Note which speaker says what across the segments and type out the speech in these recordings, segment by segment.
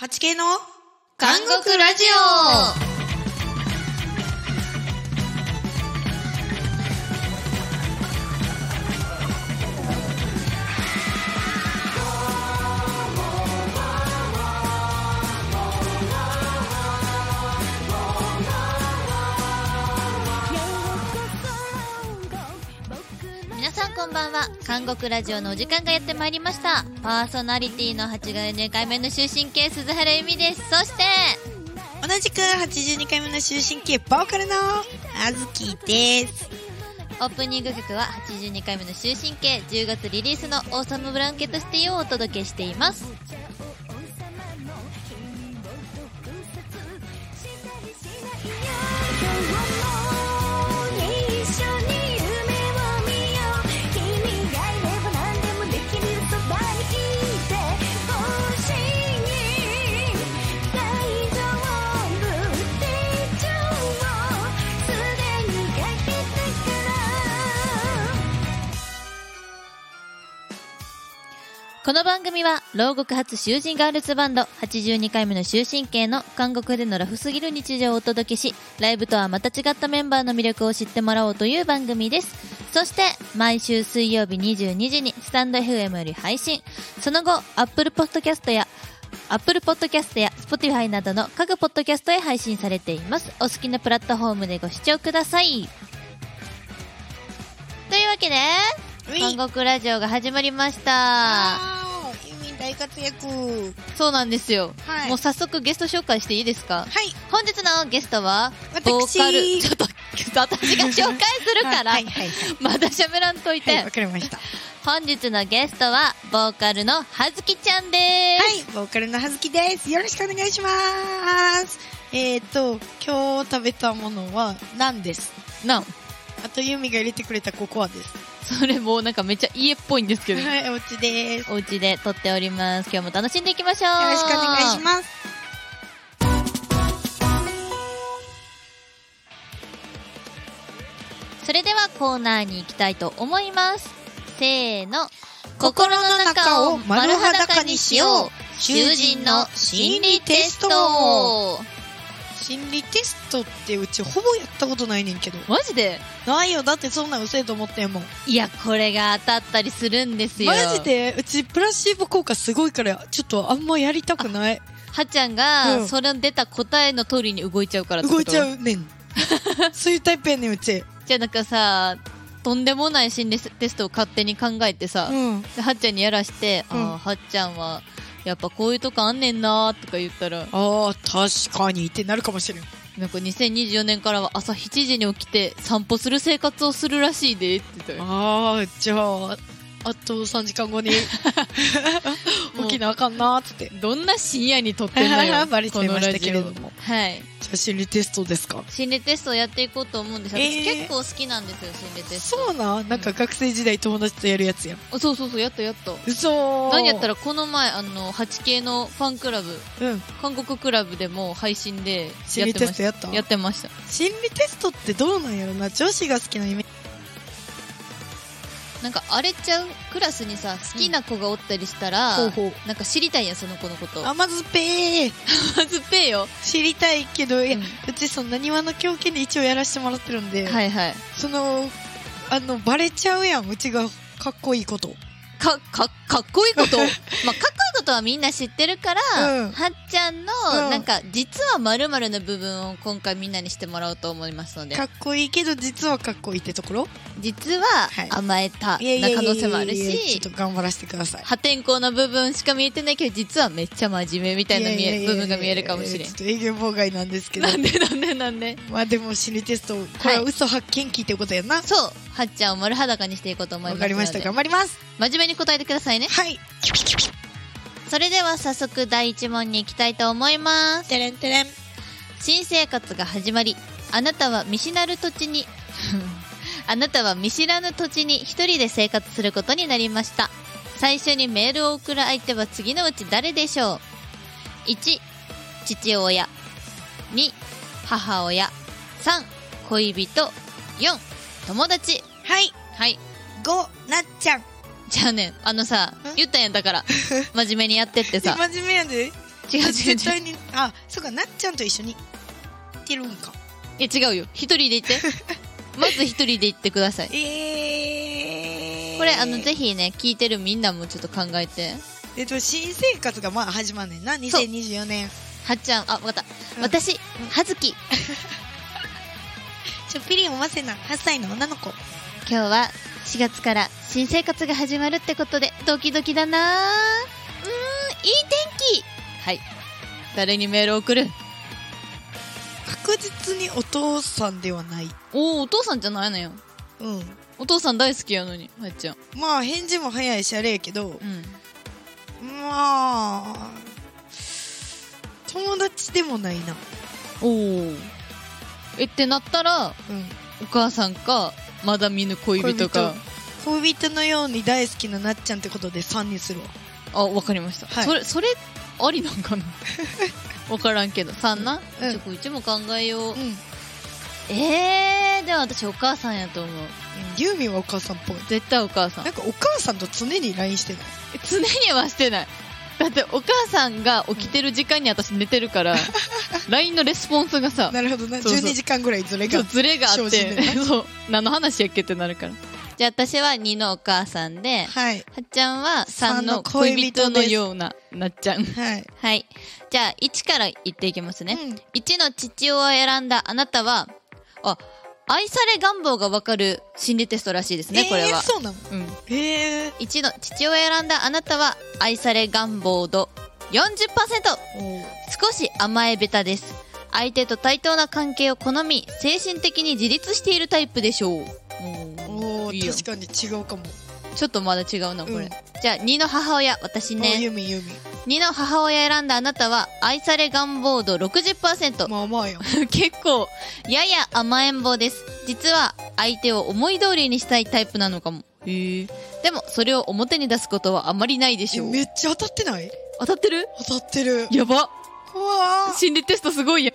Speaker 1: 8K の
Speaker 2: 韓国ラジオ皆さんこんばんは韓国ラジオのお時間がやってまいりましたパーソナリティの82回目の終身刑鈴原由美ですそして
Speaker 1: 同じく82回目の終身刑ボーカルのあずきです。
Speaker 2: オープニング曲は82回目の終身刑10月リリースの「オーサムブランケットシティ」をお届けしていますこの番組は牢獄発囚人ガールズバンド82回目の終身刑の韓国でのラフすぎる日常をお届けしライブとはまた違ったメンバーの魅力を知ってもらおうという番組ですそして毎週水曜日22時にスタンド FM より配信その後 Apple Podcast やアップルポッドキャストや Spotify などの各ポッドキャストへ配信されています。お好きなプラットフォームでご視聴ください。というわけで、
Speaker 1: うい
Speaker 2: 韓国ラジオが始まりました。
Speaker 1: あー、ユミ大活躍。はい。
Speaker 2: そうなんですよ。
Speaker 1: はい
Speaker 2: もう早速ゲスト紹介していいですか本日のゲストは、
Speaker 1: 私
Speaker 2: ボーカル、ちょっと、私が紹介するから、
Speaker 1: はいはいは
Speaker 2: まだ喋らんといて、
Speaker 1: い。はい、わかりました。は
Speaker 2: 本日のゲストは、ボーカルのはずきちゃんです。
Speaker 1: い、ボーカルのはずきです。よろしくお願いします。えっ、ー、と、今日食べたものはナンです。
Speaker 2: な
Speaker 1: あと、ユミが入れてくれたココアです。
Speaker 2: それもうなんかめっちゃ家っぽいんですけど、
Speaker 1: はい、お家です。よ
Speaker 2: お家で撮っております。今日も楽しんでいきましょう。
Speaker 1: ろしくお願いします。
Speaker 2: す。それではコーナーに行きたいと思います。せーの。
Speaker 1: 心の中を丸裸にしよう囚人の心理テスト心理テストってうちほぼやったことないねんけど。
Speaker 2: マジで
Speaker 1: ないよ、だってそんなん嘘やと思ってんもん。
Speaker 2: いや、これが当たったりするんですよ。
Speaker 1: マジでうちプラシーボ効果すごいからちょっとあんまやりたくない
Speaker 2: はっちゃん
Speaker 1: う
Speaker 2: が、
Speaker 1: ん
Speaker 2: それの出た答えの通りに動いちゃうからってこ
Speaker 1: 動
Speaker 2: と
Speaker 1: いちゃ。う ねんそういうタイプやねんうち
Speaker 2: じゃあなんかさ、とんでもない心理テストを勝手に考えてさ、
Speaker 1: うん
Speaker 2: ではっちゃんにやらして、
Speaker 1: うん
Speaker 2: ああーはっちゃんはやっぱこういうとこあんねんなーとか言ったら
Speaker 1: あー確かにってなるかもしれん
Speaker 2: なんか2024年からは朝7時に起きて散歩する生活をするらしいでって言ったよ
Speaker 1: ああじゃああと3時間後に 起きなあかんなーっつって
Speaker 2: どんな深夜に撮ってんのよ
Speaker 1: バレてましたけれども
Speaker 2: このラジオはい
Speaker 1: じゃあ心理テストですか
Speaker 2: 心理テストをやっていこうと思うんです、
Speaker 1: えー
Speaker 2: 私結構好きなんですよ心理テスト
Speaker 1: そうなんなんか学生時代友達とやるやつやん
Speaker 2: あそうそうそうやったやった
Speaker 1: 嘘ー
Speaker 2: 何やったらこの前あの 8K のファンクラブ
Speaker 1: うん
Speaker 2: 韓国クラブでも配信で
Speaker 1: 心
Speaker 2: やっ
Speaker 1: 理
Speaker 2: て
Speaker 1: テ
Speaker 2: ま
Speaker 1: ス
Speaker 2: し
Speaker 1: トやった
Speaker 2: たやってました
Speaker 1: 心理テストってどうなんやろな女子が好きなイメージ
Speaker 2: なんか荒れちゃうクラスにさ好きな子がおったりしたら、
Speaker 1: うんほうほ
Speaker 2: なんか知りたいやんその子のこと
Speaker 1: 甘酸っぱい
Speaker 2: まずペイよ、
Speaker 1: 知りたいけど、いや
Speaker 2: うん
Speaker 1: うちそのなにわの狂犬で一応やらせてもらってるんで、
Speaker 2: はいはい
Speaker 1: そのあのバレちゃうやんうちがかっこいいこと
Speaker 2: かかかっこい いことまあかっこいいことはみんな知ってるから、
Speaker 1: うん
Speaker 2: はっちゃんの、
Speaker 1: うん
Speaker 2: なんか実はまるの部分を今回みんなにしてもらおうと思いますので
Speaker 1: かっこいいけど実はかっこいいってところ
Speaker 2: 実は
Speaker 1: はい
Speaker 2: 甘えたな
Speaker 1: ややや
Speaker 2: 可能性もある
Speaker 1: いやいやいや
Speaker 2: し
Speaker 1: ちょっと頑張らせてください
Speaker 2: 破天荒な部分しか見えてないけど実はめっちゃ真面目みたいな見
Speaker 1: やや
Speaker 2: え
Speaker 1: や
Speaker 2: 部分が見えるかもしれん
Speaker 1: ちょっと営業妨害なんですけ ど
Speaker 2: なんでなんでな んで
Speaker 1: まあでも心理テストこれは嘘発見聞いてことやなわ、
Speaker 2: そうはっちゃんを丸裸にしていこうと思いますの
Speaker 1: かり
Speaker 2: で
Speaker 1: ました頑張ります
Speaker 2: 真面目に答えてくださいね
Speaker 1: はい
Speaker 2: それでは早速第一問に行きたいと思います
Speaker 1: てれんてれん
Speaker 2: 新生活が始まりあなたは見知らぬ土地に あなたは見知らぬ土地に一人で生活することになりました最初にメールを送る相手は次のうち誰でしょう1父親2母親3恋人4友達
Speaker 1: はい
Speaker 2: はい
Speaker 1: ごなっちゃん
Speaker 2: じゃあねあのさ
Speaker 1: ん
Speaker 2: 言ったんやんだから真面目にやってってさ
Speaker 1: 真面目やで
Speaker 2: 違う違う違う
Speaker 1: 絶対にあそうかなっちゃんと一緒に行ってるんか
Speaker 2: いや違うよ一人で行ってまず一人で行ってください
Speaker 1: えー、
Speaker 2: これあのぜ
Speaker 1: ひ
Speaker 2: ひね聞いてるみんなもちょっと考えて
Speaker 1: えっと新生活がまあ始まるねんな
Speaker 2: そう
Speaker 1: 2024年
Speaker 2: はっちゃんあわかった、
Speaker 1: うん
Speaker 2: 私はずき
Speaker 1: ちょっぴりおませな8歳の女の子
Speaker 2: 今日は4月から新生活が始まるってことでドキドキだなーうーんいい天気はい誰にメール送る
Speaker 1: 確実にお父さんではない
Speaker 2: おおお父さんじゃないのよ
Speaker 1: うん
Speaker 2: お父さん大好きやのにはっちゃん
Speaker 1: まあ返事も早いしあれやけど
Speaker 2: うん
Speaker 1: まあ友達でもないな
Speaker 2: おおえってなったら
Speaker 1: うん
Speaker 2: お母さんかまだ見ぬ恋人か
Speaker 1: 恋人のように大好きななっちゃんってことで3にするわ
Speaker 2: あわかりました、
Speaker 1: はい
Speaker 2: それそれありなん かなわからんけど3な、
Speaker 1: うん
Speaker 2: ちょこっちも考えよう、
Speaker 1: うん
Speaker 2: えー、でも私お母さんやと思う
Speaker 1: ユーミンはお母さんっぽい
Speaker 2: 絶対お母さん
Speaker 1: なんかお母さんと常に LINE してない
Speaker 2: 常にはしてないだってお母さんが起きてる時間に私寝てる から LINE のレスポンスがさ
Speaker 1: なるほどな
Speaker 2: そうそう
Speaker 1: 12時間ぐらいずれ
Speaker 2: ちょ
Speaker 1: が
Speaker 2: っとズレがあっ
Speaker 1: 精進
Speaker 2: て、
Speaker 1: で
Speaker 2: そう何の話やっけってなるからじゃあ私は2のお母さんで
Speaker 1: はい
Speaker 2: はっちゃんは3
Speaker 1: 3
Speaker 2: の
Speaker 1: の
Speaker 2: 恋
Speaker 1: 恋
Speaker 2: 人
Speaker 1: 人
Speaker 2: の
Speaker 1: の
Speaker 2: よ
Speaker 1: よ
Speaker 2: うななっちゃん
Speaker 1: はい
Speaker 2: はいじゃあ1から言っていきますね、
Speaker 1: うん
Speaker 2: 1の父親を選んだあなたはあ愛され願望がわかる心理テストらしいですね、これ
Speaker 1: えー
Speaker 2: は、
Speaker 1: そうなの
Speaker 2: うん、
Speaker 1: へえ
Speaker 2: 1の父親を選んだあなたは愛され願望度40%
Speaker 1: おう
Speaker 2: 少し甘え下手です相手と対等な関係を好み精神的に自立しているタイプでしょう
Speaker 1: お
Speaker 2: いい
Speaker 1: ー
Speaker 2: よ
Speaker 1: 確かに違うかも
Speaker 2: ちょっとまだ違うなこれ、
Speaker 1: うん
Speaker 2: じゃあ2の母親私
Speaker 1: あユ
Speaker 2: ね
Speaker 1: ーミンユーミン
Speaker 2: 2の母親選んだあなたは愛され願望度60%、
Speaker 1: まあまあやん
Speaker 2: 結構やや甘えん坊です実は相手を思い通りにしたいタイプなのかもへえでもそれを表に出すことはあまりないでしょう
Speaker 1: えめっちゃ当たってない
Speaker 2: 当たってる
Speaker 1: 当たってる
Speaker 2: やば
Speaker 1: うわ
Speaker 2: 心理テストすごいや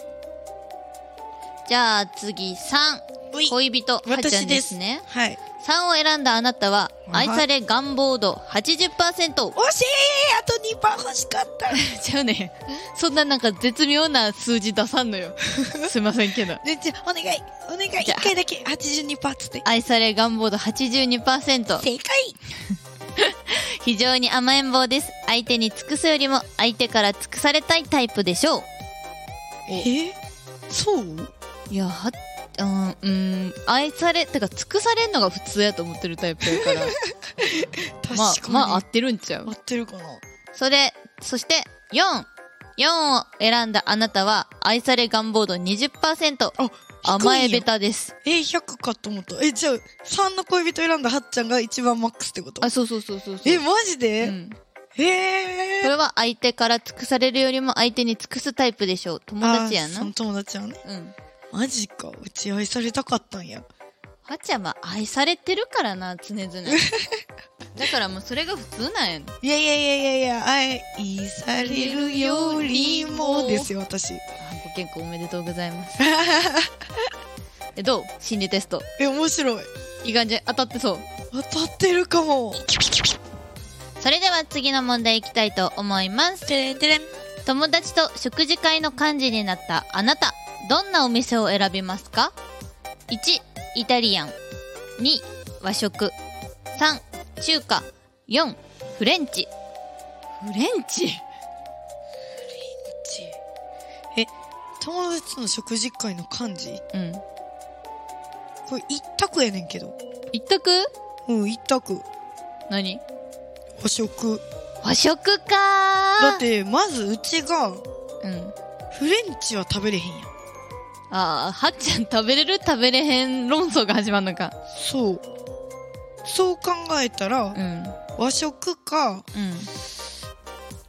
Speaker 2: じゃあ次3
Speaker 1: うい
Speaker 2: 恋人はっちゃん
Speaker 1: 私
Speaker 2: で
Speaker 1: ですす
Speaker 2: ね
Speaker 1: はい
Speaker 2: 3を選んだあなたは
Speaker 1: は
Speaker 2: 愛
Speaker 1: い
Speaker 2: され願望度80%
Speaker 1: 惜しいあと2パー欲しかった
Speaker 2: ちゃうねそんななんか絶妙な数字出さんの よすいませんけど
Speaker 1: ねじゃあお願いお願い
Speaker 2: じゃ
Speaker 1: 1
Speaker 2: あ
Speaker 1: 回だけ82パーっつって
Speaker 2: 愛され願望度82%
Speaker 1: 正解
Speaker 2: 非常に甘えん坊です相手に尽くすよりも相手から尽くされたいタイプでしょう
Speaker 1: えそう
Speaker 2: いやはうん、うん、愛されてか尽くされんのが普通やと思ってるタイプやから まあ
Speaker 1: 確かに
Speaker 2: まあ合ってるんちゃう
Speaker 1: 合ってるかな
Speaker 2: それそして44を選んだあなたは愛され願望度20%
Speaker 1: あ
Speaker 2: 甘え
Speaker 1: 低いんや
Speaker 2: ベタです
Speaker 1: え100かと思ったえじゃあ3の恋人選んだはっちゃんが一番マックスってこと
Speaker 2: あそうそうそうそうそう
Speaker 1: えマジ
Speaker 2: う
Speaker 1: で、
Speaker 2: ん、こ
Speaker 1: へえ
Speaker 2: れは相手から尽くされるよりも相手に尽くすタイプでしょう友達やな
Speaker 1: あその友達はね
Speaker 2: うん
Speaker 1: マジかうち愛されたかったんや
Speaker 2: はっちゃんは愛されてるからな常々だからもうそれが普通なんや
Speaker 1: いやいやいやいやいや愛されるよりもですよ私
Speaker 2: ご健康おめでとうございますえどう心理テスト
Speaker 1: え面白い
Speaker 2: いい感じ当たってそう
Speaker 1: 当たってるかも
Speaker 2: それでは次の問題いきたいと思います
Speaker 1: てれんてれん
Speaker 2: 友達と食事会の幹事になったあなたどんなお店を選びますか1イタリアン2和食3中華4フレンチフレンチ
Speaker 1: ちえ友達との食事会の感じ
Speaker 2: うん
Speaker 1: これ一択やねんけど
Speaker 2: 一択
Speaker 1: うん一択
Speaker 2: 何
Speaker 1: 和食
Speaker 2: 和食か
Speaker 1: だってまずうちが
Speaker 2: うん
Speaker 1: フレンチは食べれへんやん
Speaker 2: ああはっちゃん食べれる食べれへん論争が始まるのか
Speaker 1: そうそう考えたら
Speaker 2: うん
Speaker 1: 和食か、
Speaker 2: うん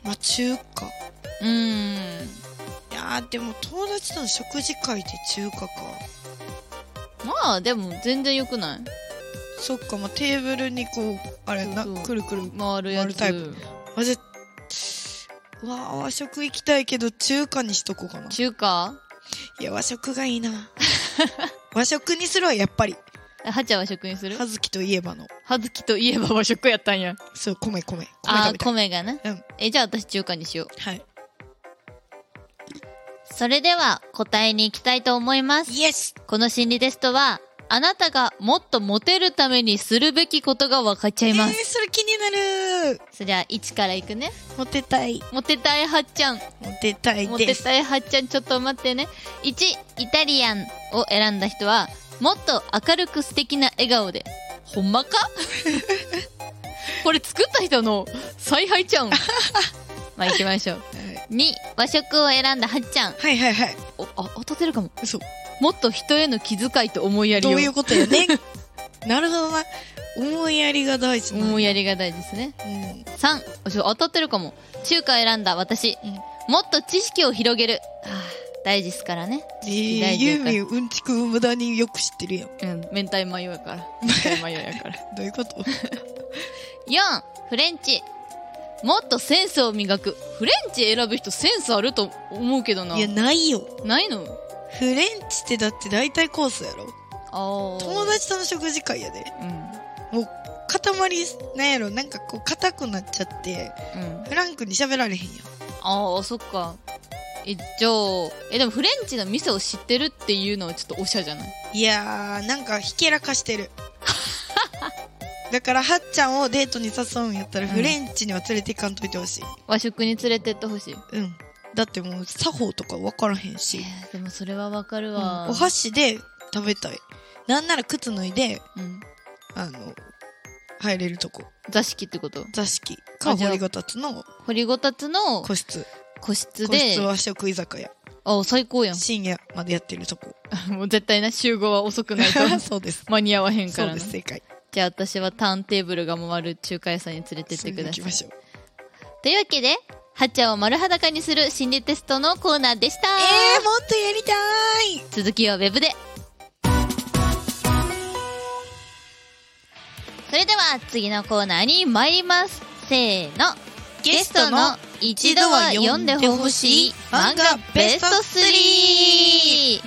Speaker 1: まあ、中華
Speaker 2: うーん
Speaker 1: いやーでも友達との食事会で中華か
Speaker 2: まあでも全然よくない
Speaker 1: そっかまあテーブルにこうあれな
Speaker 2: そうそう
Speaker 1: くるくる
Speaker 2: 回るやつ
Speaker 1: 回るあじゃうわー和食行きたいけど中華にしとこうかな
Speaker 2: 中華
Speaker 1: いや和食がいいな 和食にするわやっぱり
Speaker 2: えはっちゃん和食にする
Speaker 1: 葉月といえばの
Speaker 2: はずきといえば和食やったんや。
Speaker 1: そう米米米食
Speaker 2: あ
Speaker 1: べ
Speaker 2: ー
Speaker 1: たい
Speaker 2: 米がな。
Speaker 1: うん
Speaker 2: え、じゃあ私中華にしよう。
Speaker 1: はい
Speaker 2: それでは答えに行きたいと思います。
Speaker 1: イエス
Speaker 2: この心理テストは、あなたがもっとモテるためにするべきことが分かっちゃいま
Speaker 1: えー
Speaker 2: す。
Speaker 1: それ気になる
Speaker 2: そりゃ、1からいくね。
Speaker 1: モテたい
Speaker 2: モテたいはっちゃん。
Speaker 1: モテたい
Speaker 2: モ
Speaker 1: で
Speaker 2: テ
Speaker 1: す
Speaker 2: たいはっちゃん、ちょっと待ってね。1、イタリアンを選んだ人は、もっと明るく素敵な笑顔で。ほんま かこれ作った人の采配ちゃ うん。まあ行きましょう。2、和食を選んだはっちゃん。
Speaker 1: はいはいはい
Speaker 2: お、あ、当たってるかも。
Speaker 1: 嘘
Speaker 2: もっと人への気遣いと思いやり
Speaker 1: ど
Speaker 2: を。
Speaker 1: ういうことよ ねなるほどな思いやりが大事な
Speaker 2: 思いやりが大事ですね。
Speaker 1: うん
Speaker 2: 3、おちょ当たってるかも。中華選んだ私。
Speaker 1: うん
Speaker 2: もっと知識を広げる。はあ、大事ですからね。
Speaker 1: えー
Speaker 2: 大事
Speaker 1: ユ
Speaker 2: や
Speaker 1: ー
Speaker 2: から
Speaker 1: ミンうんちくを無駄によく知ってるやん
Speaker 2: うん、明太マヨやから。明太マヨや から。
Speaker 1: どういうこと
Speaker 2: 4、フレンチ。もっとセンスを磨く。フレンチ選ぶ人センスあると思うけどな。
Speaker 1: いやないよ
Speaker 2: ないの
Speaker 1: フレンチってだって大体コースやろ
Speaker 2: ああ。
Speaker 1: 友達との食事会やで
Speaker 2: うん。
Speaker 1: もう塊なんやろなんかこう硬くなっちゃって
Speaker 2: うん。
Speaker 1: フランクに喋られへんやん
Speaker 2: ああ、そっか。え、じゃあ、え、でもフレンチの店を知ってるっていうのはちょっとおしゃじゃない
Speaker 1: いやーなんかひけらかして るだからはっちゃんをデートに誘うんやったら
Speaker 2: うん
Speaker 1: フレンチには連れて行かんといてほしい
Speaker 2: 和食に連れてってほしい。
Speaker 1: うん、だってもう作法とか分からへんし、
Speaker 2: えーでもそれはわかる
Speaker 1: うん
Speaker 2: わ。
Speaker 1: お箸で食べたいなんなら靴脱いで
Speaker 2: うん。
Speaker 1: あの入れるとこ
Speaker 2: 座敷ってこと
Speaker 1: 座敷か
Speaker 2: あじゃあ
Speaker 1: 掘りごたつの
Speaker 2: 掘りごたつの
Speaker 1: 個室
Speaker 2: 個
Speaker 1: 個室
Speaker 2: 室で、
Speaker 1: 和食居酒屋
Speaker 2: あ、最高や
Speaker 1: 深夜までやってると こ
Speaker 2: ん。 もう絶対な、集合は遅くないと
Speaker 1: そう です
Speaker 2: 間に合わへんか
Speaker 1: そう
Speaker 2: ら
Speaker 1: で
Speaker 2: な
Speaker 1: す。正解
Speaker 2: じゃあ私はターンテーブルが回る中華屋さんに連れてってく
Speaker 1: 行
Speaker 2: ださ
Speaker 1: き
Speaker 2: い。
Speaker 1: ましょう
Speaker 2: というわけで、はっちゃんを丸裸にする心理テストのコーナーでした。
Speaker 1: えー、もっとやりたい
Speaker 2: 続きはウェブでそれでは次のコーナーに参りますせーのゲストの一度は読んでほしい漫画ベスト 3!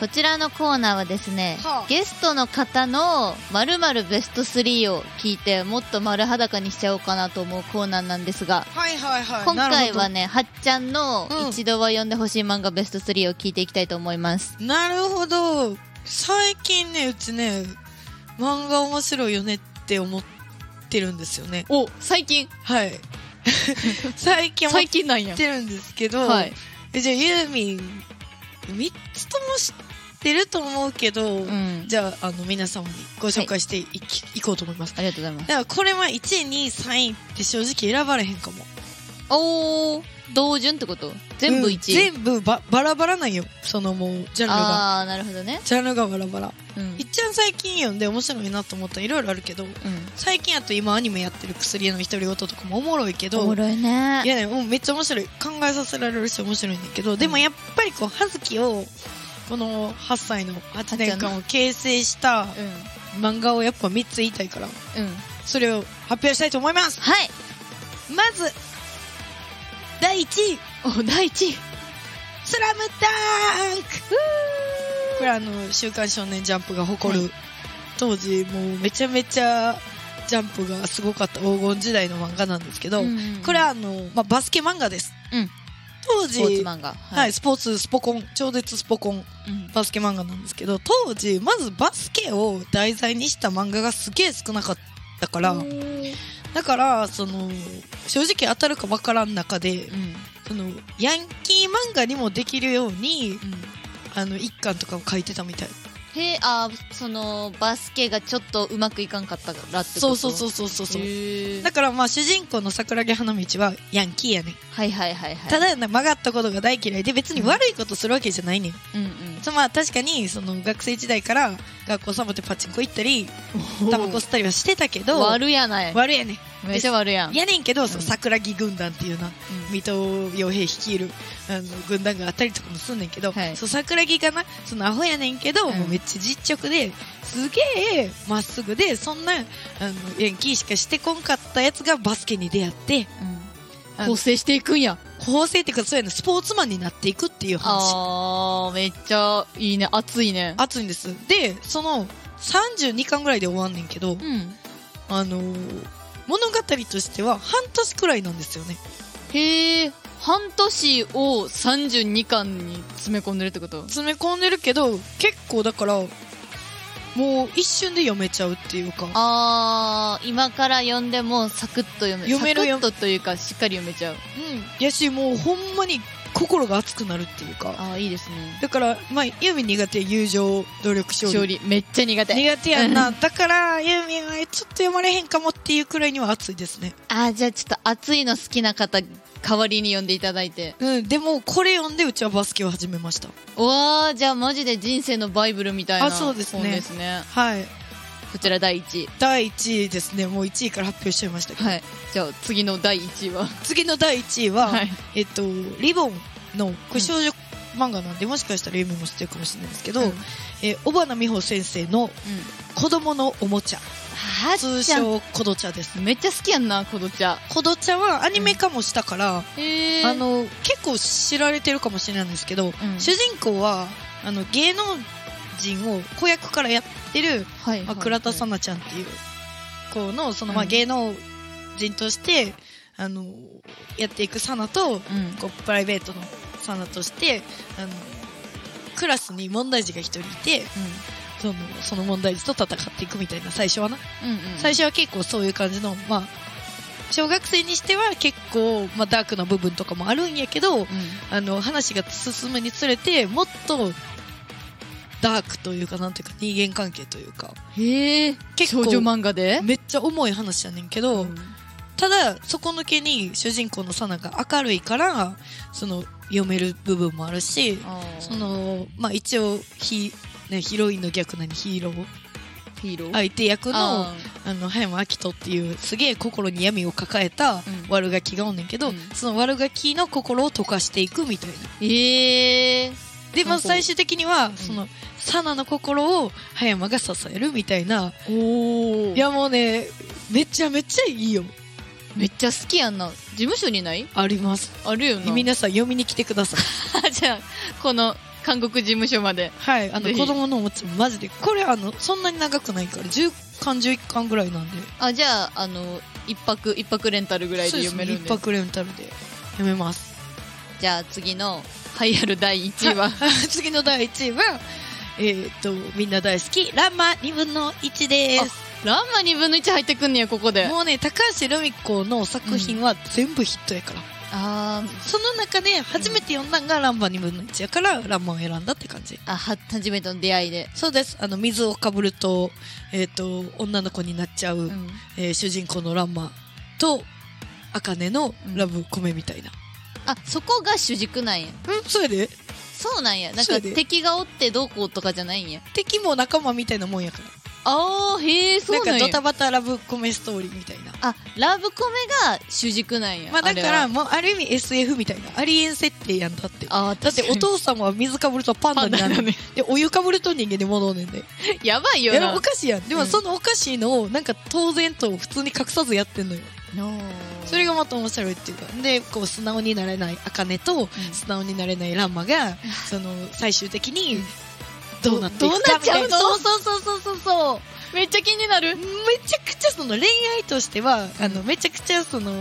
Speaker 2: こちらのコーナーはですね、
Speaker 1: はあ
Speaker 2: ゲストの方の〇〇ベスト3を聞いてもっと丸裸にしちゃおうかなと思うコーナーなんですが、
Speaker 1: はいはいはい
Speaker 2: 今回
Speaker 1: なるほど
Speaker 2: はね、はっちゃんの
Speaker 1: うん
Speaker 2: 一度は読んでほしい漫画ベスト3を聞いていきたいと思います。
Speaker 1: なるほど最近ねうちね漫画面白いよねって思ってるんですよね
Speaker 2: お、最近
Speaker 1: はい最近思っ
Speaker 2: 近なんや
Speaker 1: てるんですけど、
Speaker 2: はい。
Speaker 1: えじゃあユーミン3つとも知ってると思うけど、
Speaker 2: うん。
Speaker 1: じゃああの皆様にご紹介してい,、きいこうと思います
Speaker 2: ありがとうございます。
Speaker 1: だからこれは1位2位3位って正直選ばれへんかも
Speaker 2: おー、同順ってこと全部
Speaker 1: うん
Speaker 2: 1位。
Speaker 1: 全部ばバラバラなんよそのもうジャンルが
Speaker 2: あー、なるほどね。
Speaker 1: ジャンルがバラバラ
Speaker 2: うん
Speaker 1: い。っちゃん最近読んで面白いなと思ったいろいろあるけど最近やと今アニメやってる薬屋の独り言とかもおもろいけ
Speaker 2: うん。おも
Speaker 1: ど
Speaker 2: ろいね
Speaker 1: い。やねもうめっちゃ面白い考えさせられるし面白いんだけどでもやっぱりこう葉月をこの8歳の8年間を形成した
Speaker 2: うん。
Speaker 1: 漫画をやっぱ3つ言いたいから
Speaker 2: うん。
Speaker 1: それを発表したいと思います
Speaker 2: はい。
Speaker 1: まず第1位
Speaker 2: お、第1位。
Speaker 1: スラムダンクこれあの「週刊少年ジャンプ」が誇る、当時もうめちゃめちゃジャンプがすごかった黄金時代の漫画なんですけど、
Speaker 2: うん
Speaker 1: これはあの、まあ、バスケ漫画です、
Speaker 2: うん
Speaker 1: 当
Speaker 2: ス
Speaker 1: 時
Speaker 2: ポーツ漫画。
Speaker 1: はい、。スポーツスポコン超絶スポコン
Speaker 2: うん
Speaker 1: バスケ漫画なんですけど当時まずバスケを題材にした漫画がすげえ少なかったから、だからその正直当たるか分からん中で、
Speaker 2: うん。
Speaker 1: そのヤンキー漫画にもできるように
Speaker 2: うん。
Speaker 1: あの一巻とかを書いてたみたい
Speaker 2: へー、あー、その、バスケがちょっとうまくいかんかったからってこと
Speaker 1: そうそうそううそうそうそう
Speaker 2: へー
Speaker 1: だからまあ主人公の桜木花道はヤンキーやねん、
Speaker 2: はいはいはいはい。
Speaker 1: た、だな曲がったことが大嫌いで別に悪いことするわけじゃないねん、
Speaker 2: うんうん。
Speaker 1: そうまあ確かにその学生時代から学校サボってパチンコ行ったりタバコ吸ったりはしてたけど
Speaker 2: 悪やない。
Speaker 1: 悪いやね
Speaker 2: めっちゃ悪やん。
Speaker 1: んやねんけど、そうの
Speaker 2: ん
Speaker 1: 桜木軍団っていうな
Speaker 2: うん
Speaker 1: 水戸洋平率いるあの軍団があったりとかもすんねんけど、
Speaker 2: はい
Speaker 1: そう桜木がなそのアホやねんけど、
Speaker 2: うん
Speaker 1: もうめっちゃ実直ですげえまっすぐでそんなあのヤンキーしかしてこんかったやつがバスケに出会って
Speaker 2: うん構成していくんや。
Speaker 1: 構成っていうかそういうのスポーツマンになっていくっていう話
Speaker 2: あー、めっちゃいいね。熱いね。
Speaker 1: 熱いんですでその32巻ぐらいで終わんねんけど、
Speaker 2: うん。
Speaker 1: あのー物語としては半年くらいなんですよね
Speaker 2: へえ半年を32巻に詰め込んでるってこと
Speaker 1: 詰め込んでるけど結構だからもう一瞬で読めちゃうっていうか
Speaker 2: あー今から読んでもサクッと読め
Speaker 1: 読める
Speaker 2: サ
Speaker 1: よ
Speaker 2: クッとというかしっかり読めちゃう
Speaker 1: うんやしもうほんまに心が熱くなるっていうか
Speaker 2: あーいいですね
Speaker 1: だからまあユーミン苦手友情努力勝利
Speaker 2: 勝利めっちゃ苦手
Speaker 1: 苦手やんなだからユーミンはちょっと読まれへんかもっていうくらいには熱いですね
Speaker 2: あーじゃあちょっと熱いの好きな方代わりに読んでいただいて
Speaker 1: うんでもこれ読んでうちはバスケを始めました
Speaker 2: うわーじゃあマジで人生のバイブルみたいな
Speaker 1: あそうですね
Speaker 2: 本ですね
Speaker 1: はい
Speaker 2: こちら第1位
Speaker 1: 第1位ですねもう1位から発表しちゃいましたけど、
Speaker 2: はいじゃあ次の第1位は
Speaker 1: 次の第1位は、
Speaker 2: はい
Speaker 1: えっとリボンのこれ少女漫画なんで、もしかしたらユーミンも知ってるかもしれないですけど、
Speaker 2: うん
Speaker 1: えー小花美穂先生の子供のおもちゃ
Speaker 2: は
Speaker 1: 通
Speaker 2: ちゃん
Speaker 1: 称コドチャです
Speaker 2: めっちゃ好きやんなこどちゃ
Speaker 1: コドチャはアニメ化もしたから、
Speaker 2: へえ
Speaker 1: あの結構知られてるかもしれないんですけど、
Speaker 2: ん
Speaker 1: 主人公はあの芸能人を子役からやってる、
Speaker 2: はい
Speaker 1: まあ、倉田さ
Speaker 2: ん
Speaker 1: なちゃんっていう子のその、まあ、
Speaker 2: うん
Speaker 1: 芸能人としてあのやっていくサナと
Speaker 2: うん
Speaker 1: こうプライベートのサナとしてあのクラスに問題児が一人いてそのその問題児と戦っていくみたいな最初はな、
Speaker 2: うんうん
Speaker 1: 最初は結構そういう感じのまあ小学生にしては結構、まあ、ダークな部分とかもあるんやけど
Speaker 2: う
Speaker 1: あの話が進むにつれてもっとダークというかなんというか人間関係というか
Speaker 2: んへえ
Speaker 1: 結
Speaker 2: 少
Speaker 1: 構
Speaker 2: 女漫画で
Speaker 1: めっちゃ重い話やねんけど、
Speaker 2: うん
Speaker 1: ただ底抜けに主人公のサナが明るいからその読める部分もあるし
Speaker 2: あー
Speaker 1: そのまあ一応ヒ,、ね、ヒロインの逆なにヒーロー
Speaker 2: ヒーロー
Speaker 1: 相手役のあ
Speaker 2: あ
Speaker 1: の葉山明人っていうすげえ心に闇を抱えた
Speaker 2: ん
Speaker 1: 悪ガキがおんねんけど、
Speaker 2: うん
Speaker 1: その悪ガキの心を溶かしていくみたいな。
Speaker 2: ーへえ
Speaker 1: で、まあ、
Speaker 2: ほうほう
Speaker 1: 最終的には、
Speaker 2: ん
Speaker 1: そのサナの心を葉山が支えるみたいな、
Speaker 2: おお
Speaker 1: いやもうねめちゃめちゃいいよ
Speaker 2: めっちゃ好きやんな事務所にない
Speaker 1: あります
Speaker 2: あるよな
Speaker 1: 皆さん読みに来てください
Speaker 2: あ じゃあこの韓国事務所まで
Speaker 1: はいあの
Speaker 2: ぜひ
Speaker 1: 子供のおもちゃマジでこれあのそんなに長くないから10巻11巻ぐらいなんで
Speaker 2: あじゃああの一泊一泊レンタルぐらいで読めるんで
Speaker 1: そうですね一泊レンタルで読めます
Speaker 2: じゃあ次の栄えある第1位は
Speaker 1: 次の第1位はえーっとみんな大好き「ランマ2分の1」です
Speaker 2: ランマ2分の1入ってくんねやここで
Speaker 1: もうね高橋留美子の作品は全部ヒットやから、
Speaker 2: あー
Speaker 1: その中で初めて読んだんが「ランマ2分の1」やから「ランマ」を選んだって感じ
Speaker 2: あは初めての出会いで、
Speaker 1: そうですあの水をかぶると,、えーっと女の子になっちゃう、
Speaker 2: うん、
Speaker 1: えー主人公のランマと茜のラブコメみたいな、
Speaker 2: あそこが主軸なんや
Speaker 1: うん、それで
Speaker 2: そうなんやなん
Speaker 1: そう
Speaker 2: か
Speaker 1: やで
Speaker 2: 敵がおってどうこうとかじゃないんや
Speaker 1: 敵も仲間みたいなもんやから
Speaker 2: あーへえそ
Speaker 1: な
Speaker 2: うんな
Speaker 1: か
Speaker 2: ん
Speaker 1: ド
Speaker 2: や
Speaker 1: タバタラブコメストーリーみたいな
Speaker 2: あラブコメが主軸なんや
Speaker 1: まあだ
Speaker 2: れ
Speaker 1: か
Speaker 2: は
Speaker 1: らもうある意味 SF みたいなありえん設定やんだってだ
Speaker 2: あー
Speaker 1: って
Speaker 2: 確か
Speaker 1: お
Speaker 2: に
Speaker 1: 父さんは水かぶるとパンダにな
Speaker 2: パンダ
Speaker 1: る、
Speaker 2: だね
Speaker 1: でお湯かぶると人間に戻んねんで
Speaker 2: やばい
Speaker 1: い
Speaker 2: よ
Speaker 1: や
Speaker 2: な
Speaker 1: おかしいやんで
Speaker 2: う
Speaker 1: も
Speaker 2: ん
Speaker 1: そのおかしいのをなんか当然と普通に隠さずやってんのよ
Speaker 2: の
Speaker 1: それがまた面白いっていうかでこう素直になれない茜と素直になれないランマがその最終的にどうなってい
Speaker 2: どう
Speaker 1: く
Speaker 2: な
Speaker 1: か
Speaker 2: っ
Speaker 1: み
Speaker 2: ちゃ
Speaker 1: た
Speaker 2: う
Speaker 1: い
Speaker 2: の
Speaker 1: な
Speaker 2: そうそうそうそうそうそうめっちゃ気になる
Speaker 1: めちゃくちゃその恋愛としてはあのめちゃくちゃその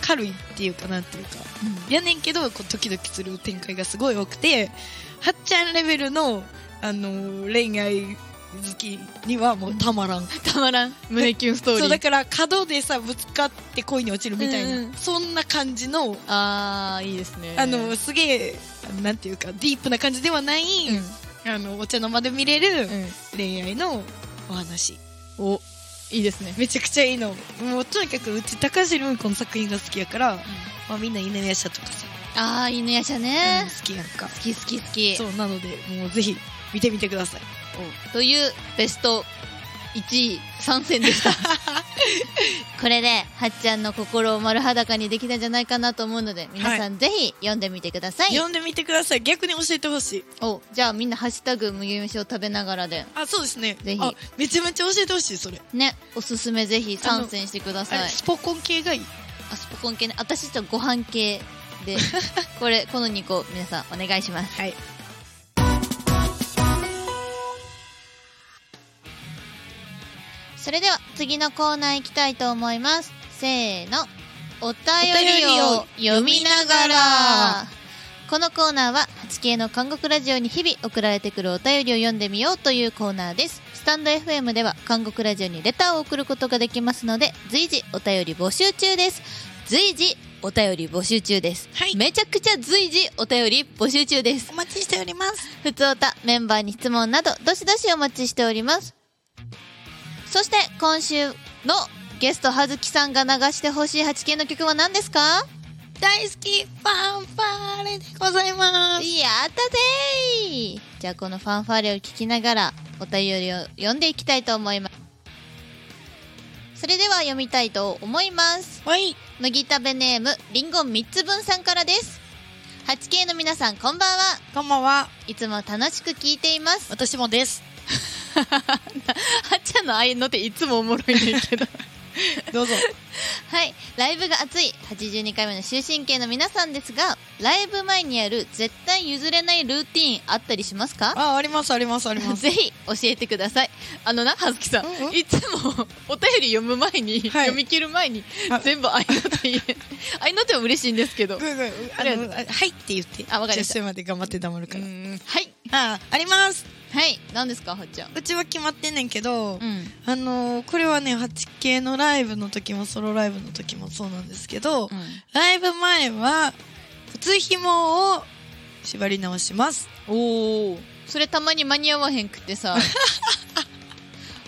Speaker 1: 軽いっていうかなんていうかやねんけどこうドキドキする展開がすごい多くてはっちゃんレベルの、あのー恋愛好きにはもうたまらん、
Speaker 2: たまらん胸キュンストーリー
Speaker 1: そうだから角でさぶつかって恋に落ちるみたいな、
Speaker 2: うんうん
Speaker 1: そんな感じの、
Speaker 2: あーいいですね
Speaker 1: あのすげえなんていうかディープな感じではない、あのお茶の間で見れる
Speaker 2: うん
Speaker 1: 恋愛のお話
Speaker 2: おいいですね
Speaker 1: めちゃくちゃいいのもうとにかくうち高橋留美子の作品が好きやから、まあ、みんな犬やしゃとかさ、
Speaker 2: ああ犬やしゃ
Speaker 1: うん
Speaker 2: ね
Speaker 1: 好きやんか
Speaker 2: 好き好き好き
Speaker 1: そうなのでもうぜひ見てみてください
Speaker 2: というベスト1位参戦でした これではっちゃんの心を丸裸にできたんじゃないかなと思うので皆さんぜひ読んでみてください、
Speaker 1: 読んでみてください逆に教えてほしい
Speaker 2: おじゃあみんな「ハッシュタグ麦飯」を食べながらで
Speaker 1: あそうですね
Speaker 2: ぜひ
Speaker 1: あめちゃめちゃ教えてほしいそれ、
Speaker 2: ねおすすめぜひ参戦してください
Speaker 1: あれスポコン系がいい
Speaker 2: あスポコン系ね私ちょっとご飯系 でこれこの2個皆さんお願いします
Speaker 1: はい
Speaker 2: それでは次のコーナー行きたいと思いますせーのお便りを読みながらこのコーナーは 8K の韓国ラジオに日々送られてくるお便りを読んでみようというコーナーですスタンド FM では韓国ラジオにレターを送ることができますので随時お便り募集中です随時お便り募集中です、
Speaker 1: はい
Speaker 2: めちゃくちゃ随時お便り募集中です
Speaker 1: お待ちしております。
Speaker 2: ふつおたメンバーに質問などどしどしお待ちしておりますそして今週のゲストはずきさんが流してほしい 8K の曲は何ですか
Speaker 1: 大好き、ファンファーレでございます。
Speaker 2: やったぜーじゃあこのファンファーレを聞きながらお便りを読んでいきたいと思いますそれでは読みたいと思います
Speaker 1: はい。
Speaker 2: 麦食べネームりんご3つ分さんからです 8K の皆さんこんばんは
Speaker 1: こんばんは。
Speaker 2: いつも楽しく聞いてい ます
Speaker 1: 私もです。
Speaker 2: はっちゃんのああいうのっていつもおもろいねんけど
Speaker 1: ど うぞ。
Speaker 2: はいライブが熱い82回目の終身刑の皆さんですがライブ前にある絶対譲れないルーティーンあったりしますか
Speaker 1: あ、あります、あります、あります。
Speaker 2: ぜひ教えてくださいあのな葉月さん、
Speaker 1: うんうん
Speaker 2: いつもお便り読む前に、
Speaker 1: はい
Speaker 2: 読み切る前に
Speaker 1: あ
Speaker 2: 全部「愛の手」言え「愛の手」も嬉しいんですけど
Speaker 1: ぐーぐーあのあはいって言って。
Speaker 2: あわかりました
Speaker 1: 10まで頑張って黙るから。
Speaker 2: うんはい
Speaker 1: あ、あります。
Speaker 2: はい何ですかはっちゃん
Speaker 1: うちは決まってんねんけど、
Speaker 2: ん
Speaker 1: あのーこれはね、8K のライブの時もソロライブの時もそうなんですけど、ライブ前は、靴紐を縛り直します。
Speaker 2: おおそれたまに間に合わへんくてさ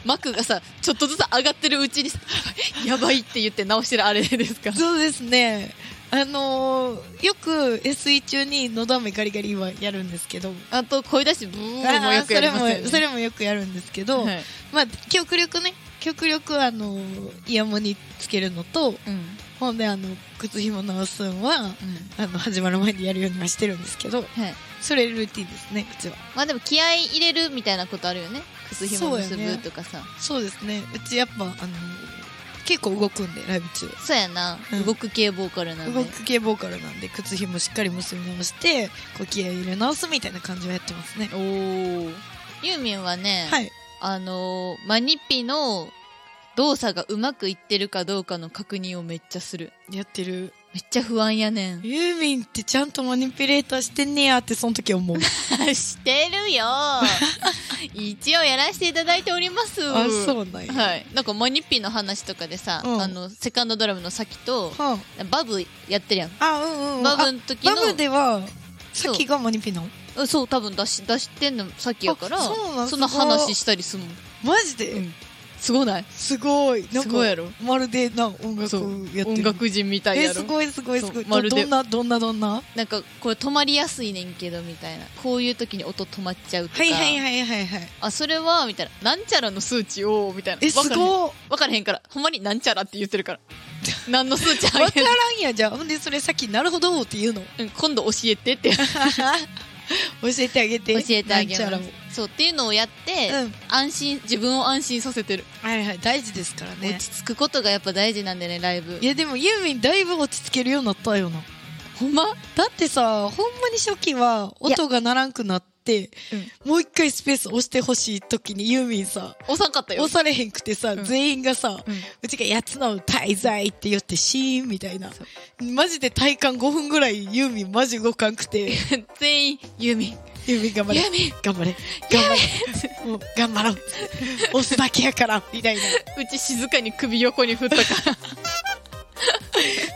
Speaker 2: 幕がさちょっとずつ上がってるうちにさ 「やばい」やばいって言って直してるあれですか
Speaker 1: そうですね。あのーよく SE 中にのだめガリガリはやるんですけど、
Speaker 2: あと声出しブー
Speaker 1: あ
Speaker 2: も
Speaker 1: ー
Speaker 2: よくやりますよね
Speaker 1: それもそれもよくやるんですけど、
Speaker 2: はい
Speaker 1: まあ極力ね極力あのイヤモニつけるのと
Speaker 2: うん
Speaker 1: ほんであの靴紐直すんは
Speaker 2: うん
Speaker 1: あの始まる前にやるようにはしてるんですけど
Speaker 2: はい
Speaker 1: それルーティンですねうちは
Speaker 2: まあでも気合い入れるみたいなことあるよね靴ひも結ぶとかさ
Speaker 1: そうですねうちやっぱあの結構動くんでライブ中
Speaker 2: そう,、やな、
Speaker 1: うん
Speaker 2: 動く系ボーカルなんで
Speaker 1: 動く系ボーカルなんで靴紐しっかり結び直してこう気合い入れ直すみたいな感じはやってますね
Speaker 2: おおユーミンはね、
Speaker 1: はい
Speaker 2: あのーマニピの動作がうまくいってるかどうかの確認をめっちゃする
Speaker 1: やってる
Speaker 2: めっちゃ不安 やねん
Speaker 1: ユーミンってちゃんとマニピュレーターしてんねやって その時思う
Speaker 2: してる よ一応やらせていただいております
Speaker 1: あそうなんや、
Speaker 2: はい、なんかマニピの話とかでさ、
Speaker 1: うん
Speaker 2: あのセカンドドラムの先と
Speaker 1: はあ
Speaker 2: バブやってるやん
Speaker 1: あ、うんうん。
Speaker 2: バブ
Speaker 1: あ
Speaker 2: の時の
Speaker 1: バブでは、
Speaker 2: そ
Speaker 1: さ
Speaker 2: う
Speaker 1: っきがマニピなの
Speaker 2: うんそう多分出し出してんのさっきやから
Speaker 1: あそうなん
Speaker 2: そんな話したりするもん
Speaker 1: マジで、
Speaker 2: うんすごない
Speaker 1: すごい。なん
Speaker 2: すごいや
Speaker 1: か、
Speaker 2: ろ
Speaker 1: まるでな、音楽
Speaker 2: そう
Speaker 1: やって
Speaker 2: 音
Speaker 1: る。
Speaker 2: 楽人みたい
Speaker 1: え、
Speaker 2: やろ
Speaker 1: すごいすごいす
Speaker 2: そ
Speaker 1: ご
Speaker 2: う
Speaker 1: い。
Speaker 2: ま
Speaker 1: ど
Speaker 2: る
Speaker 1: ど
Speaker 2: で
Speaker 1: んな、どんなどんなは
Speaker 2: なんかこれ止まりやすいねんけどみたいなこういう時に音止まっちゃうとか、
Speaker 1: いはいはいはいはい。
Speaker 2: あそれはみたいななんちゃらの数値をみたいな
Speaker 1: え、
Speaker 2: わ
Speaker 1: す
Speaker 2: からへん
Speaker 1: ごい。
Speaker 2: わからへんからほんまになんちゃらって言ってるから 何の数値あ
Speaker 1: わ
Speaker 2: げ
Speaker 1: から
Speaker 2: る、
Speaker 1: んやじゃあ。ほんで、それさっき、なるほどって言うの。
Speaker 2: うん、今度教えてって教
Speaker 1: 教えてあげて。
Speaker 2: えてあ
Speaker 1: な
Speaker 2: げ
Speaker 1: んちゃら
Speaker 2: ま
Speaker 1: を
Speaker 2: すそうっていうのをやって、
Speaker 1: うん。
Speaker 2: 安心自分を安心させてる、
Speaker 1: はいはい。大事ですからね。
Speaker 2: 落ち着くことがやっぱ大事なんでねライブ
Speaker 1: いや、でも、ユーミンだいぶ落ち着けるようになったよな。
Speaker 2: ほんま
Speaker 1: だってさ、ほんまに初期は、音がならんくなって、もう一回スペース押してほしい時にユーミンさ、
Speaker 2: おさんかったよ
Speaker 1: 押されへんくてさ、
Speaker 2: ん
Speaker 1: 全員がさ、
Speaker 2: うん
Speaker 1: うちがやつの滞在って言ってシーンみたいな
Speaker 2: そ。
Speaker 1: マジで体感5分ぐらいユーミンマジ動かんくて、
Speaker 2: 全員ユーミン
Speaker 1: ユーミン頑張れ
Speaker 2: ユーミン。
Speaker 1: 頑張れ。頑張れ。もう頑張ろう。押すだけやから、みたいな。
Speaker 2: うち静かに首横に振ったから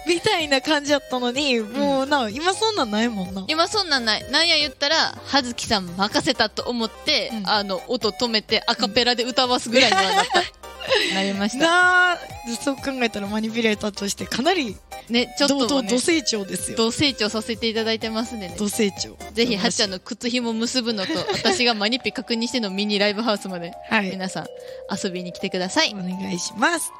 Speaker 1: みたいな感じやったのに、もうな、今そんなんないもんな。
Speaker 2: 今そんなんないなんや言ったら葉月さん任せたと思って、
Speaker 1: うん
Speaker 2: あの音止めてアカペラで歌わすぐらいにはなった なりました
Speaker 1: なあ、そう考えたらマニピュレーターとしてかなり、
Speaker 2: ねちょっ
Speaker 1: ど
Speaker 2: と
Speaker 1: ど
Speaker 2: もね
Speaker 1: ど成長ですよ。
Speaker 2: ど成長させていただいてますんでね
Speaker 1: ど成長。
Speaker 2: ぜひはっちゃん
Speaker 1: の。
Speaker 2: の靴ひも結ぶのと私がマニピ確認してのミニライブハウスまで
Speaker 1: はい。
Speaker 2: 皆さん遊びに来てください
Speaker 1: お願いします。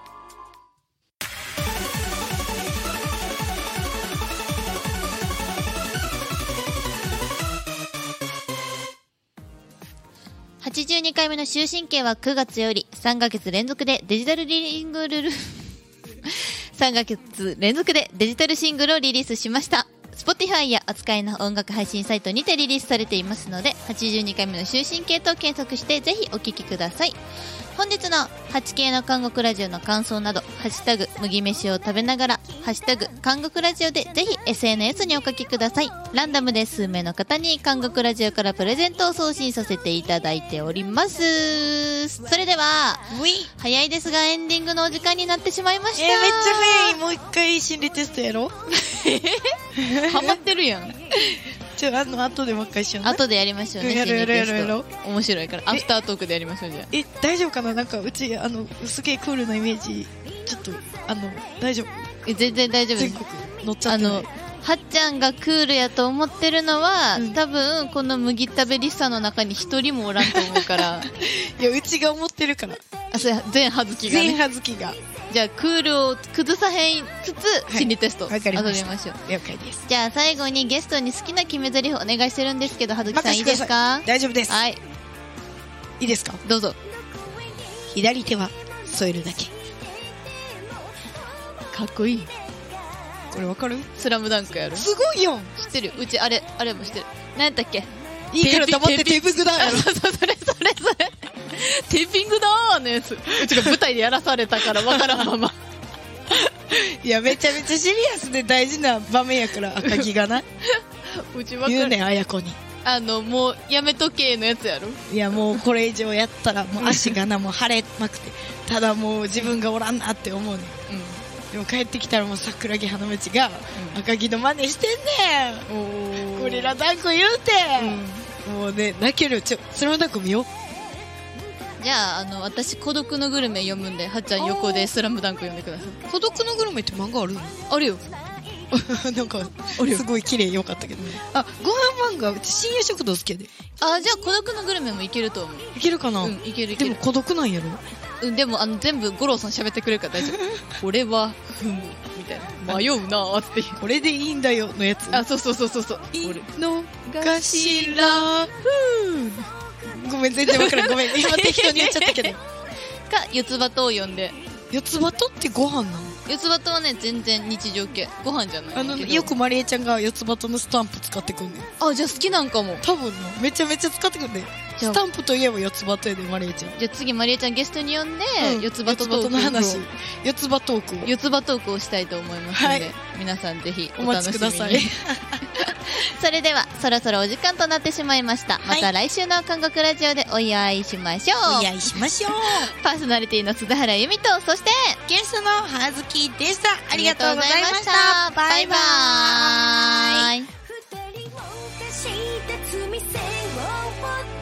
Speaker 3: 82回目の終身刑は9月より3ヶ月連続でデジタルリ ングルル3ヶ月連続でデジタルシングルをリリースしました
Speaker 2: Spotify や扱いの音楽配信サイトにてリリースされていますので82回目の終身系と検索してぜひお聞きください本日の8系の韓国ラジオの感想など「ハッシュタグ麦飯を食べながら」「ハッシュタグ韓国ラジオ」でぜひ SNS にお書きくださいランダムで数名の方に韓国ラジオからプレゼントを送信させていただいておりますそれでは
Speaker 1: ウィ
Speaker 2: 早いですがエンディングのお時間になってしまいま
Speaker 1: えー、
Speaker 2: した
Speaker 1: めっちゃ早いもう一回心理テストやろう
Speaker 2: ハマってるやん
Speaker 1: ちょあの後でもう一回しようね
Speaker 2: 後でやりましょうね
Speaker 1: やろうやろうやろう
Speaker 2: 心理
Speaker 1: や
Speaker 2: テス
Speaker 1: ろ
Speaker 2: ト
Speaker 1: う
Speaker 2: 面白いからアフタートークでやりましょうじゃあ
Speaker 1: え大丈夫かななんかうちあのすげえクールなイメージちょっとあの大丈夫
Speaker 2: え全然大丈夫で
Speaker 1: 全
Speaker 2: す
Speaker 1: 国乗っちゃ
Speaker 2: あ
Speaker 1: ってない
Speaker 2: のはっちゃんがクールやと思ってるのは、
Speaker 1: うん
Speaker 2: 多分この麦食べリスさの中に一人もおらんと思うから
Speaker 1: いやうちが思ってるから
Speaker 2: あそうや全はずきが
Speaker 1: 全員
Speaker 2: ね
Speaker 1: はずきが
Speaker 2: じゃあクールを崩さへんつ
Speaker 1: い
Speaker 2: つ心理テスト、
Speaker 1: わかりました
Speaker 2: 後でやりましょう
Speaker 1: 了解です
Speaker 2: じゃあ最後にゲストに好きな決め台詞お願いしてるんですけどはずきさん
Speaker 1: 任せ
Speaker 2: いい
Speaker 1: てく
Speaker 2: で
Speaker 1: ださ
Speaker 2: すか
Speaker 1: 大丈夫です、
Speaker 2: はい
Speaker 1: いいですか
Speaker 2: どうぞ
Speaker 1: 左手は添えるだけ
Speaker 2: かっこいい
Speaker 1: これわかる
Speaker 2: スラムダンクやろ知
Speaker 1: すごいよ
Speaker 2: ってるうちあれあれも知ってる何やったっけ
Speaker 1: いいから黙って
Speaker 2: テ
Speaker 1: テ
Speaker 2: ー
Speaker 1: ープくだ
Speaker 2: あそうそうそれそれそ れテーピングだーのやつうちが舞台でやらされたからわからん まま
Speaker 1: いやめちゃめちゃシリアスで大事な場面や から赤木がな
Speaker 2: うちわか
Speaker 1: 言う
Speaker 2: る
Speaker 1: ねんあやこに
Speaker 2: あのもうやめとけのやつやろ
Speaker 1: いやもうこれ以上やった らもう足がなもう腫れまくてただもう自分がおらんなって思うねんでも帰ってきたらもう桜木花道が
Speaker 2: うん
Speaker 1: 赤木の真似してん
Speaker 2: うんお
Speaker 1: ねん
Speaker 2: ー
Speaker 1: ゴリラ抱っこ言うて、ん、もうね泣けるちょスラムダンク見よう
Speaker 2: じゃああの私孤独のグルメ読むんではっちゃん横でスラムダンク読んでください
Speaker 1: 孤独のグルメって漫画あるの
Speaker 2: あるよ
Speaker 1: なんか
Speaker 2: あるよ
Speaker 1: すごい綺麗よかったけどあご飯漫画うち深夜食堂好きやで
Speaker 2: あじゃあ孤独のグルメもいけると思う
Speaker 1: いけるかな、
Speaker 2: うんいけるいけ
Speaker 1: で
Speaker 2: る
Speaker 1: も孤独なんやろ
Speaker 2: うん、でもあの全部五郎さん喋ってくれるから 大丈夫俺はふむみたいな迷うなあっていう
Speaker 1: これでいいんだよのやつ
Speaker 2: あそうそうそうそうそう
Speaker 1: い
Speaker 2: 俺
Speaker 1: のかしらふうごめん全然わからん ごめん今適当に言っちゃったけど
Speaker 2: か四つ葉とを呼んで
Speaker 1: 四つ葉とってご飯なの
Speaker 2: 四つ葉とはね全然日常系ご飯じゃない
Speaker 1: あの
Speaker 2: けど
Speaker 1: よくマリエちゃんが四つ葉とのスタンプ使ってくんねん
Speaker 2: あじゃあ好きなんかも
Speaker 1: 多分なめちゃめちゃ使ってくんねん
Speaker 2: じ
Speaker 1: ス
Speaker 2: ゃあ
Speaker 1: タンプといえば四つ葉とやでマリエちゃん
Speaker 2: じゃあ次まりえちゃんゲストに呼んで、
Speaker 1: うん
Speaker 2: 四つ葉とト
Speaker 1: 四
Speaker 2: ーク
Speaker 1: の話四つ葉トークを
Speaker 2: 四つ葉トークをしたいと思いますので、
Speaker 1: はい
Speaker 2: 皆さんぜひ
Speaker 1: お
Speaker 2: お楽
Speaker 1: 待
Speaker 2: しみ
Speaker 1: ちくだ
Speaker 2: に
Speaker 1: さい
Speaker 2: それではそろそろお時間となってしまいました、ま
Speaker 1: い
Speaker 2: た来週の韓国ラジオでお祝いしましょう
Speaker 1: いしましょう
Speaker 2: パーソナリティの鈴原由美とそして
Speaker 1: ゲストの葉月でしたありがとうございました
Speaker 2: バ
Speaker 1: バ
Speaker 2: イ
Speaker 1: イ
Speaker 2: バ
Speaker 1: バ
Speaker 2: ーイ
Speaker 4: 二人を犯した罪性を持って